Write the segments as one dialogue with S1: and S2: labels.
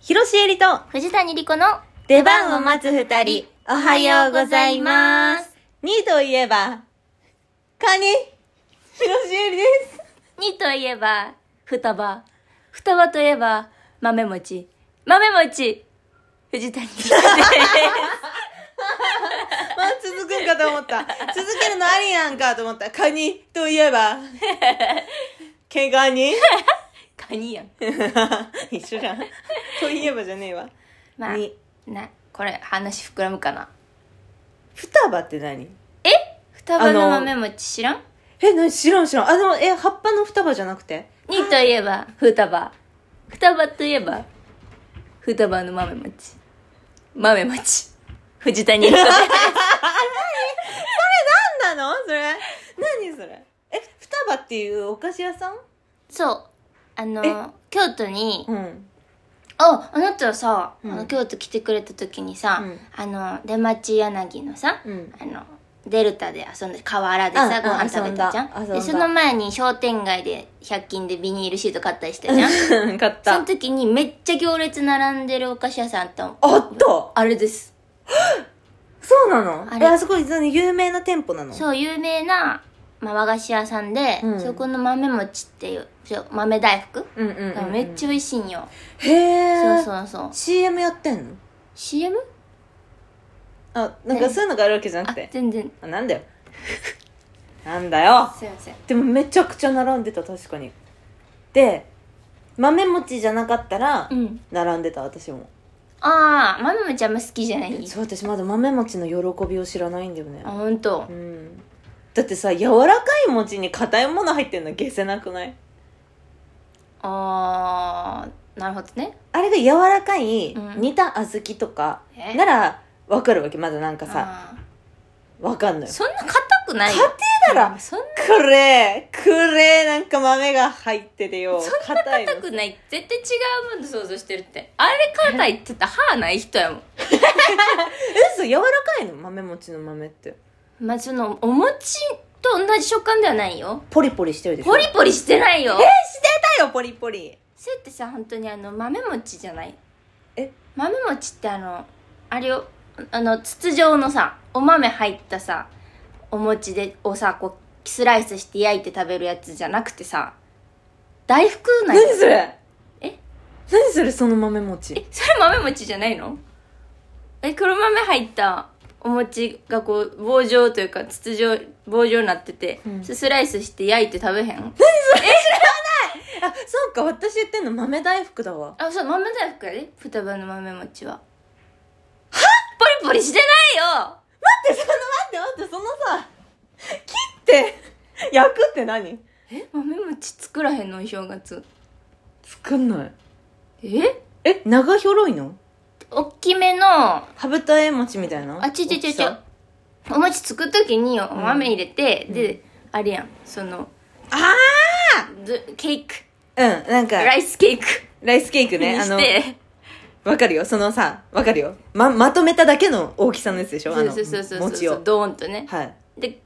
S1: 広瀬えりと
S2: 藤谷莉子の
S1: 出番を待つ二人、おはようございます。2といえば、カニ広瀬えりです。
S2: にといえば双葉双葉といえば豆餅豆餅藤谷莉子です
S1: まあ、続くんかと思った。続けるのありやんかと思った。カニといえば、毛ガニ
S2: カニやん
S1: 一緒じゃん。といえばじゃねえわ。
S2: まあ
S1: に
S2: なこれ話膨らむかな
S1: 双葉って何
S2: え双葉の
S1: あの
S2: 豆餅知らん
S1: え、何知らん知らん。あ、でも、え、葉っぱの双葉じゃなくて
S2: にといえば双葉双葉といえば双葉の豆餅豆餅藤谷莉子です
S1: なんなのそれ。何それ。え、双葉っていうお菓子屋さん
S2: そうあの京都に
S1: うん。
S2: ああなたさ、
S1: うん
S2: あの京都来てくれた時にさ、
S1: うん
S2: あの出町柳のさ、
S1: うん
S2: あのデルタで遊んで河原
S1: う
S2: でさ
S1: ん
S2: ご飯食べたじゃ
S1: 遊んだ遊
S2: ん
S1: んだ
S2: でその前に商店街で100均でビニールシート買ったりしたじゃ ん
S1: 買っ
S2: その。時にめっちゃ行列並んでるお菓子屋さんと
S1: あった
S2: あれです
S1: そうなの
S2: あ
S1: あ
S2: れ
S1: れあそこ、その有名な店舗なのう。
S2: そう有名な、まあ、和菓子屋さんで、
S1: うん
S2: そこの豆餅っていうそう豆大福
S1: うんうん、
S2: がめっち
S1: ゃ。
S2: ゃ美味しいんよ、
S1: へえ。
S2: そうそうそう
S1: CM やってんの
S2: CM?
S1: あ、なんかそういうのがあるわけじゃな
S2: あ
S1: くて。
S2: 全然
S1: あ、なんだよ。 なんだよ。
S2: すいません
S1: でもめちゃくちゃ並んでた、確かに。で、豆餅じゃなかったら
S2: う、ん
S1: 並んでた、私も。
S2: ああ、マミムちゃんも好きじゃない
S1: そう、私まだ豆餅の喜びを知らないんだよね
S2: あ、。ほんと
S1: う。ん。だってさ、柔らかい餅に硬いもの入ってんの消せなくない
S2: ああ、なるほどね。
S1: あれが柔らかい
S2: うん
S1: 煮た小豆とか
S2: え
S1: ならわかるわけまだなんかさ
S2: あ
S1: わかんの
S2: ー
S1: よ
S2: そんな硬くない
S1: 硬えだろ
S2: うんそんな
S1: くれーくれーなんか豆が入っててよ硬いの
S2: 硬くない。絶対違うもの想像してるって。あれ硬いって言ったら歯ない人やもん。
S1: 嘘柔らかいの豆餅の豆って
S2: まあ、その、お餅と同じ食感ではないよ。
S1: ポリポリしてるでしょ
S2: ポリポリしてないよ。
S1: してたよポリポリ
S2: それってさ、本当にあの、豆餅じゃない
S1: え
S2: 豆餅ってあの、あれよ、あの、筒状のさ、お豆入ったさ、お餅で、をさ、こう、スライスして焼いて食べるやつじゃなくてさ、大福なん
S1: 何
S2: よ
S1: それ
S2: え
S1: 何それその豆餅
S2: え、それ豆餅じゃないのえ、黒豆入ったお餅がこう、棒状というか、筒状、棒状になってて、
S1: うん
S2: スライスして焼いて食べへん
S1: あそうか私言ってんの豆大福だわ
S2: あ、そう、豆大福やで。双葉の豆餅は。はポリポリしてないよ
S1: 待ってその待って待ってそのさ切って焼くって何
S2: え豆餅作らへんのお正月。
S1: 作んない
S2: え
S1: え長ひょろいの
S2: おっきめの、あ、
S1: 羽ぶたえ餅みたいな
S2: ちうちうち
S1: 大き
S2: うちう
S1: さ。
S2: お餅作るときにお
S1: ん
S2: 豆入れて、で、あれやん、その、
S1: あ
S2: ずケーク、
S1: あうんなんか
S2: ライスケーク
S1: ライスケーク
S2: に
S1: ねあの
S2: して、
S1: わかるよそのさわかるよままとめただけの大きさのやつでしょあ
S2: そう
S1: の
S2: そうそうそう
S1: 餅
S2: そう、
S1: を
S2: ドーンとね。
S1: はい
S2: で、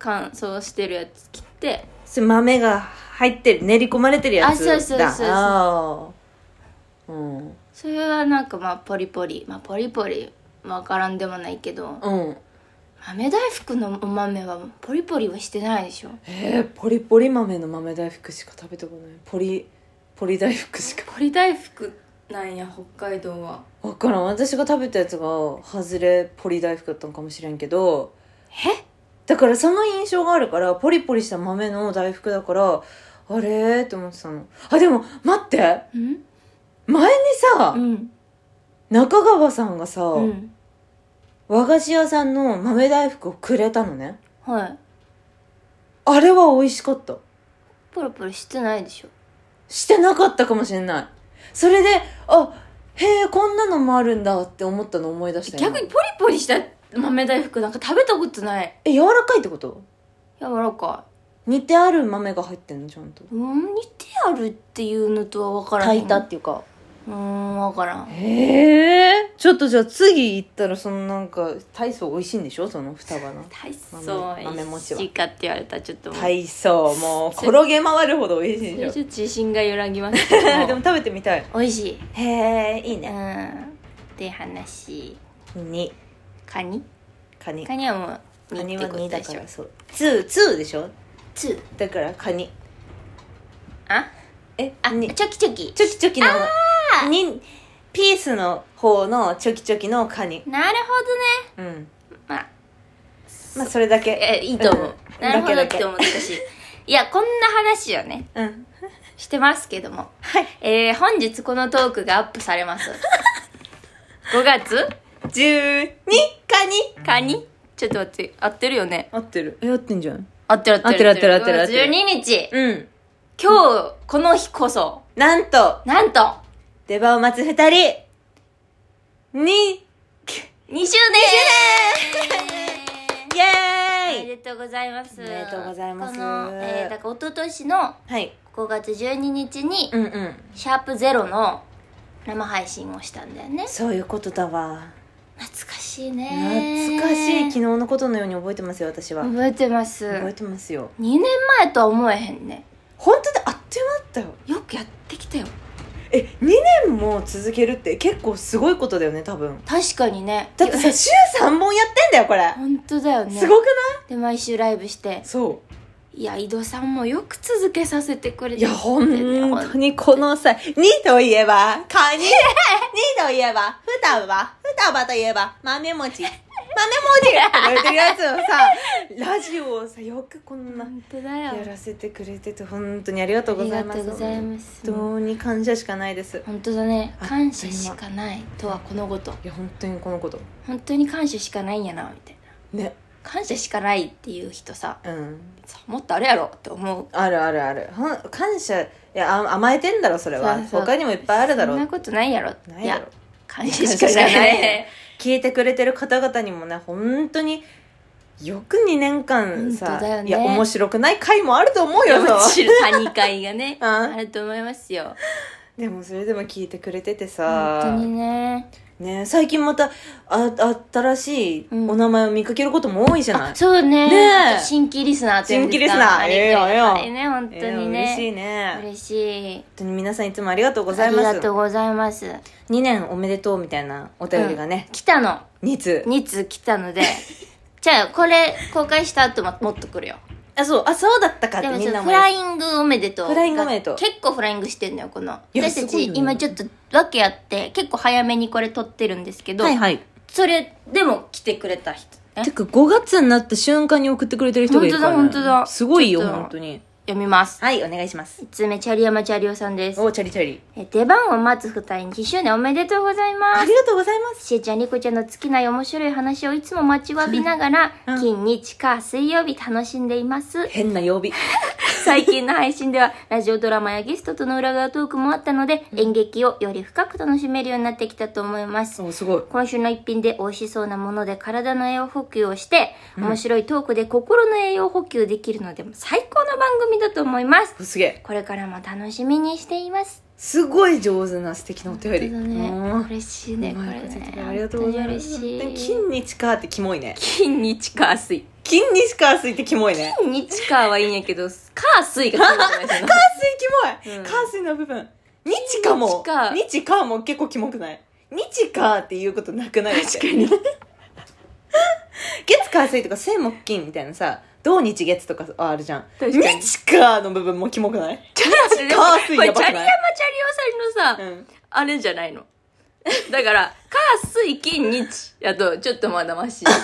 S2: 乾燥してるやつ切って、
S1: それ豆が入ってる練り込まれてるやつだ
S2: あそうそうそうそう
S1: あーうん
S2: それはなんかまあポリポリ、まあポリポリ、わからんでもないけど、
S1: うん
S2: 豆大福のお豆はポリポリはしてないでしょ
S1: えー、ポリポリ豆の豆大福しか食べたことないポリポリ大福しか
S2: ポリ大福なんや北海道は
S1: わからん私が食べたやつが外れポリ大福だったのかもしれんけど
S2: え
S1: だからその印象があるからポリポリした豆の大福だからあれーって思ってたのあでも待って
S2: うん
S1: 前にさ、
S2: うん
S1: 中川さんがさ、
S2: うん
S1: 和菓子屋さんの豆大福をくれたのね
S2: はい
S1: あれは美味しかった
S2: ポロポロしてないでしょ
S1: してなかったかもしれないそれであへえこんなのもあるんだって思ったの思い出した今
S2: 逆にポリポリした豆大福なんか食べたことない
S1: え柔らかいってこと
S2: 柔らか
S1: 煮てある豆が入ってんのちゃんと
S2: いうん似てあるっていうのとは分からへん
S1: 炊いたっていうか
S2: うーん、わからん。
S1: へえちょっとじゃあ次行ったらそのなんか体操美味しいんでしょその双葉の
S2: 体操
S1: 豆豆
S2: 美味
S1: 餅は
S2: しいかって言われたらちょっともう、
S1: 体操もう転げ回るほど美味しいん
S2: ち
S1: で
S2: ょっ
S1: し
S2: と
S1: ょ
S2: 自信が揺らぎますけど
S1: でも食べてみたい
S2: 美味しい。
S1: へえいい
S2: うん。
S1: ね
S2: って話。
S1: 2
S2: カニ
S1: カニ
S2: カニはもう、
S1: カニは2だから
S2: ょ。
S1: そう2ツーでしょ
S2: ツー。
S1: だからカニ
S2: あ
S1: え
S2: あ、
S1: に
S2: チョキチョキ。
S1: チョキチョキのにピースの方のチョキチョキのカニ
S2: なる
S1: う
S2: ほ
S1: ん
S2: どね。まあ、
S1: まあそれだけ
S2: え、いいと思う。
S1: うん
S2: なるほどっ
S1: だけだ
S2: て
S1: け
S2: 思ったし。 いや、こんな話をね、
S1: うん
S2: してますけども。
S1: はい
S2: えー、本日このトークがアップされ ます。5月
S1: 12カニ
S2: カニちょっと待って、合ってるよね。
S1: 合ってるえ合ってんじゃん
S2: 合ってる合
S1: 合ってる合ってる合ってる合ってる
S2: 12日、
S1: うん
S2: 今日、この日こそ、
S1: なんと
S2: なんと、
S1: 出番を待つ二人に
S2: 2周
S1: イ
S2: 年
S1: エ
S2: おめ
S1: ーイ
S2: でとうございます。
S1: おめでとうございます
S2: この、えー、だから一昨年の
S1: はい
S2: 5月12日に、
S1: うんうん
S2: シャープゼロの生配信をしたんだよね。
S1: そういうことだわ
S2: 懐かしいね。
S1: 懐かしい昨日のことのように覚えてますよ私は
S2: 覚えてます。
S1: 覚え
S2: 2
S1: てますよ
S2: 年前とは思えへんね。
S1: 本当であっという間だったよ
S2: よくやってきたよ。
S1: え2年も続けるって結構すごいことだよね多分
S2: 確かにね。
S1: だってさ週3本やってんだよこれ
S2: 本当だよね。
S1: すごくな
S2: で、毎週ライブして
S1: い。そう
S2: いや、井戸さんもよく続けさせてくれて。
S1: いや、本
S2: ほん
S1: 当にこの際、2といえば、カニ。2といえば、双葉。双葉といえば、豆餅。豆餅って言われてるやつをさ、ラジオをさ、よくこんな、
S2: 本当だよ。
S1: やらせてくれてて、本当にありがとう
S2: あ
S1: ご
S2: り
S1: ざい
S2: が
S1: ま
S2: と
S1: す。
S2: うございます。
S1: 本当に感謝しかないです。い
S2: 本当だね
S1: あ
S2: 感謝しかないとはこのこと
S1: や、本当にこのこと。
S2: 本当に感謝しかないんやなみたいな
S1: ね。
S2: 感謝しかないっていう人さ
S1: うん。
S2: さもっとあれやろって思う
S1: あるあるある。ほん感謝、いや、あ甘えてんだろ、それは。
S2: そうそう
S1: 他にもいっぱいあるだろ
S2: そんな。ことないやろ
S1: ないやろ。
S2: 感謝しかないね
S1: 聞いてくれてる方々にもね本当によく2年間
S2: 本
S1: さ、
S2: 当だよね
S1: いや面白くない回もあると思うよ
S2: も
S1: そう
S2: ちろん谷会が ね
S1: うん
S2: あると思いますよ
S1: でもそれでも聞いてくれてて
S2: 本当
S1: さ、
S2: にね
S1: ね、最近またあ新しい
S2: うん
S1: お名前を見かけることも多いじゃない、
S2: あそうね
S1: ねえ
S2: あと新規リスナーっていうんです
S1: 新規リ
S2: か
S1: スナー
S2: あ
S1: ええ
S2: れ
S1: よええよ
S2: あれね本当に
S1: えー嬉しい
S2: ね
S1: ね
S2: 嬉しい
S1: 本当に皆さんいつもありがとうござ
S2: あ
S1: い
S2: り
S1: ます
S2: がとうございます
S1: 2年おめでとうみたいなお便りがね、
S2: 来たの
S1: 2通
S2: 2通来たの でじゃあこれ公開した後ももっと来るよ
S1: あそうあそうだったかって
S2: でも
S1: み
S2: そ
S1: んな
S2: の
S1: も
S2: フライングおめでとう
S1: フライングおめでとう
S2: 結構フライングしてんのよこの
S1: いや
S2: 私た
S1: すごい
S2: ち
S1: よね
S2: 今ちょっと訳あって結構早めにこれ撮ってるんですけど、
S1: はいはい
S2: それでも来てくれた人ね
S1: てか5月になった瞬間に送ってくれてる人がいるから、ね、
S2: 本当だ本当だ
S1: すごいよ
S2: ちょっと
S1: 本当に
S2: 読みます
S1: はいお願いします
S2: 1つ目チャリヤマチャリオさんです
S1: おチャリチャリ
S2: え出番を待つ二人に1周年おめでとうございます
S1: ありがとうございます。
S2: しーちゃん、りこちゃんの好きな面白い話をいつも待ちわびながら、
S1: うん
S2: 金、日、火、水曜日楽しんでいます。
S1: 変な曜日。
S2: 最近の配信では ラジオドラマやゲストとの裏側トークもあったので演劇をより深く楽しめるようになってきたと思います
S1: お、すごい。
S2: 今週の一品で美味しそうなもので体の栄養補給をして面白いトークで心の栄養補給できるので最高の番組だと思います
S1: すげえ。
S2: これからも楽しみにしています
S1: すごい上手な素敵なお便り。
S2: だ
S1: うん
S2: ね嬉しいねこ
S1: う
S2: れ
S1: まいこと言ってくれ
S2: ね
S1: てありがとうございます。
S2: 本当に嬉しい
S1: 金に近ってキモいね。
S2: 金日火水
S1: 金に近すいってキモいね。
S2: 金日火はいいんやけど火水が金じゃ ない
S1: カースイキモい。
S2: うん
S1: カースイの部分。日かも。
S2: 日か
S1: 日かも結構キモくない。日かっていうことなくない確
S2: かに。
S1: 月火水とか水木金みたいなさ、土日月とかあるじゃん。
S2: 確かに
S1: 日かの部分もキモくない
S2: でも
S1: 火水やばくない
S2: これチャリヤマチャリオさんのさ、
S1: うん。
S2: あれじゃないの。だから、火、水、金、日やと、ちょっとまだま し。
S1: でも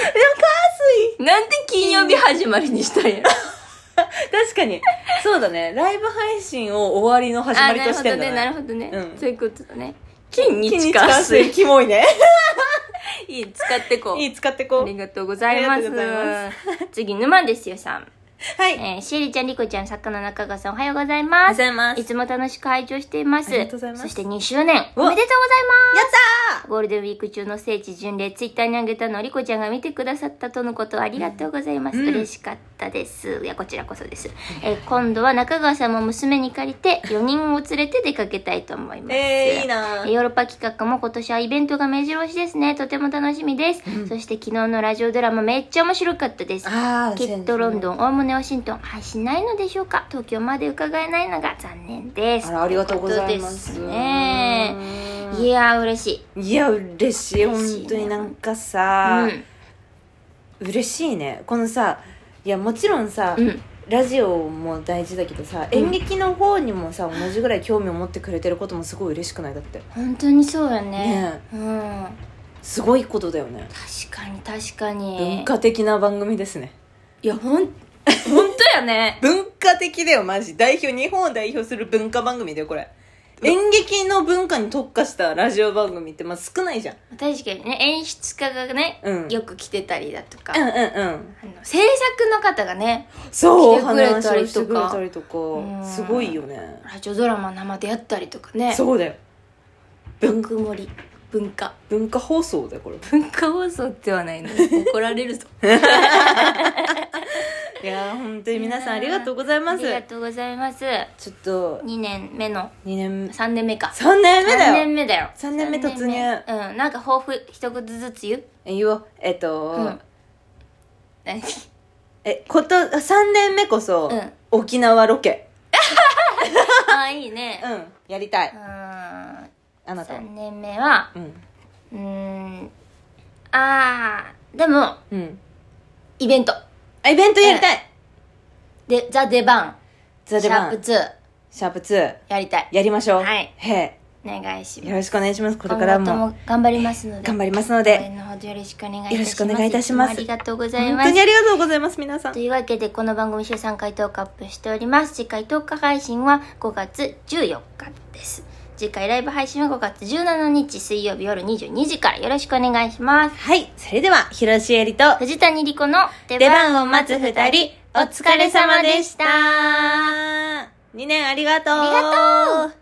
S1: 火
S2: なんで金曜日始まりにしたんやろ。
S1: 水確かに。そうだね。ライブ配信を終わりの始まりとしてんだ、ね。
S2: なるほどね、なるほどね。
S1: うん
S2: そういうことだね。金、
S1: 金
S2: 日、
S1: 日
S2: 火、
S1: 火水
S2: 水。
S1: キモいね。
S2: いい、使ってこ う。
S1: いい、使ってこ
S2: ありがとうございま
S1: あり
S2: す
S1: がとうございま。
S2: 次、沼ですよさん。
S1: はい。ありがとう
S2: えー、シエリちゃん、リコちゃん、作家の中川さん、おはようござい
S1: ご
S2: ます。
S1: ざいます。
S2: い
S1: や
S2: つも楽しく拝聴しています。
S1: ありがとうございます
S2: そして2周年、
S1: う
S2: お
S1: わ
S2: めでとうございます。
S1: った
S2: ゴールデンウィーク中の聖地巡礼ツイッターにあげたのをリコちゃんが見てくださったとのことありがとうございます、
S1: うん
S2: 嬉しかったですいやこちらこそです、えー今度は中川さんも娘に借りて4人を連れて出かけたいと思います
S1: えー、いいな
S2: ヨーロッパ企画も今年はイベントが目白押しですねとても楽しみです、そして昨日のラジオドラマめっちゃ面白かったです
S1: あ
S2: きっとロンドン、おおむねワシントン、配信ないのでしょうか東京まで伺えないのが残念です。
S1: あら、ありがとうございます。
S2: ということですね。いやー、嬉しい。
S1: いや、嬉しい。
S2: 嬉しいね
S1: 本当になんか
S2: う
S1: さ、
S2: ん。
S1: 嬉しいね。このさ、いや、もちろんさ、
S2: うん。
S1: ラジオも大事だけどさ、演劇の方にもさ、同じぐらい興味を持ってくれてることもすごい嬉しくないだって。
S2: 本当にそうやね。
S1: ね
S2: うん。
S1: すごいことだよね。
S2: 確かに、確かに
S1: 文。化的な番組ですね。
S2: いや、ほん、 本当やね。
S1: 文化的だよ、マジ。代表、日本を代表する文化番組だよ、これ。演劇の文化に特化したラジオ番組って、まあ少ないじゃん。
S2: 確かにね、演出家がね、
S1: うん
S2: よく来てたりだとか、
S1: うん
S2: あ
S1: うんうん。
S2: の制作の方がね、
S1: そう、お
S2: 来てくれ
S1: 話
S2: た
S1: を
S2: りとか
S1: してくれたりと
S2: うん
S1: か、すごいよね。
S2: ラジオドラマ生でやったりとかね、
S1: そうだよ。
S2: 文具盛り、文化。
S1: 文化放送だよ、これ。
S2: 文化放送ではないの。怒られるぞ。
S1: いやー、本当に皆さんありがとうございます。
S2: ありがとうございます。
S1: ちょっと、
S2: 2年目の、
S1: 2年、
S2: 3年目か。
S1: 3年目だ
S2: 3
S1: よ
S2: 年目だよ。
S1: 三年目突入
S2: 三年目うん、なんか抱負一言ずつ言う
S1: 言おう。えっと、
S2: うん。 何
S1: え、こと、3年目こそ、
S2: うん
S1: 沖縄ロケ。
S2: ああ、いいね。
S1: うん、やりた
S2: う
S1: い。
S2: ーん。
S1: あなたは。
S2: 3年目は、
S1: うん。
S2: うーん。あー、でも、
S1: うん。
S2: イベント。
S1: あ、イベントやりたい、
S2: で、ザ・デバン。
S1: ザ・デバ
S2: シャー
S1: ン
S2: プ、2。
S1: シャープ2、
S2: やりたい。
S1: やりましょう。
S2: はい
S1: へ
S2: お願いし
S1: え
S2: ま
S1: よろし
S2: す。
S1: くお願いします。これから
S2: 今後
S1: も
S2: とも頑張りますので。
S1: 頑張りますの
S2: 応
S1: で。
S2: 援のほどよろしくお願いいたします。
S1: よろしくお願いいたします
S2: つもありがとうござい
S1: 本
S2: ま
S1: 当
S2: す
S1: に。ありがとうございます、皆さん
S2: と。いうわけでこの番組週3回トークアップしております次回トーク配信は5月14日です次回ライブ配信は5月17日水曜日夜22時からよろしくお願いします
S1: はい。それでは、広瀬えりと、
S2: 藤谷莉子の出
S1: 出
S2: 番
S1: 番を待つ二人、お疲れ様でした。2年ありがとう。
S2: ありがとう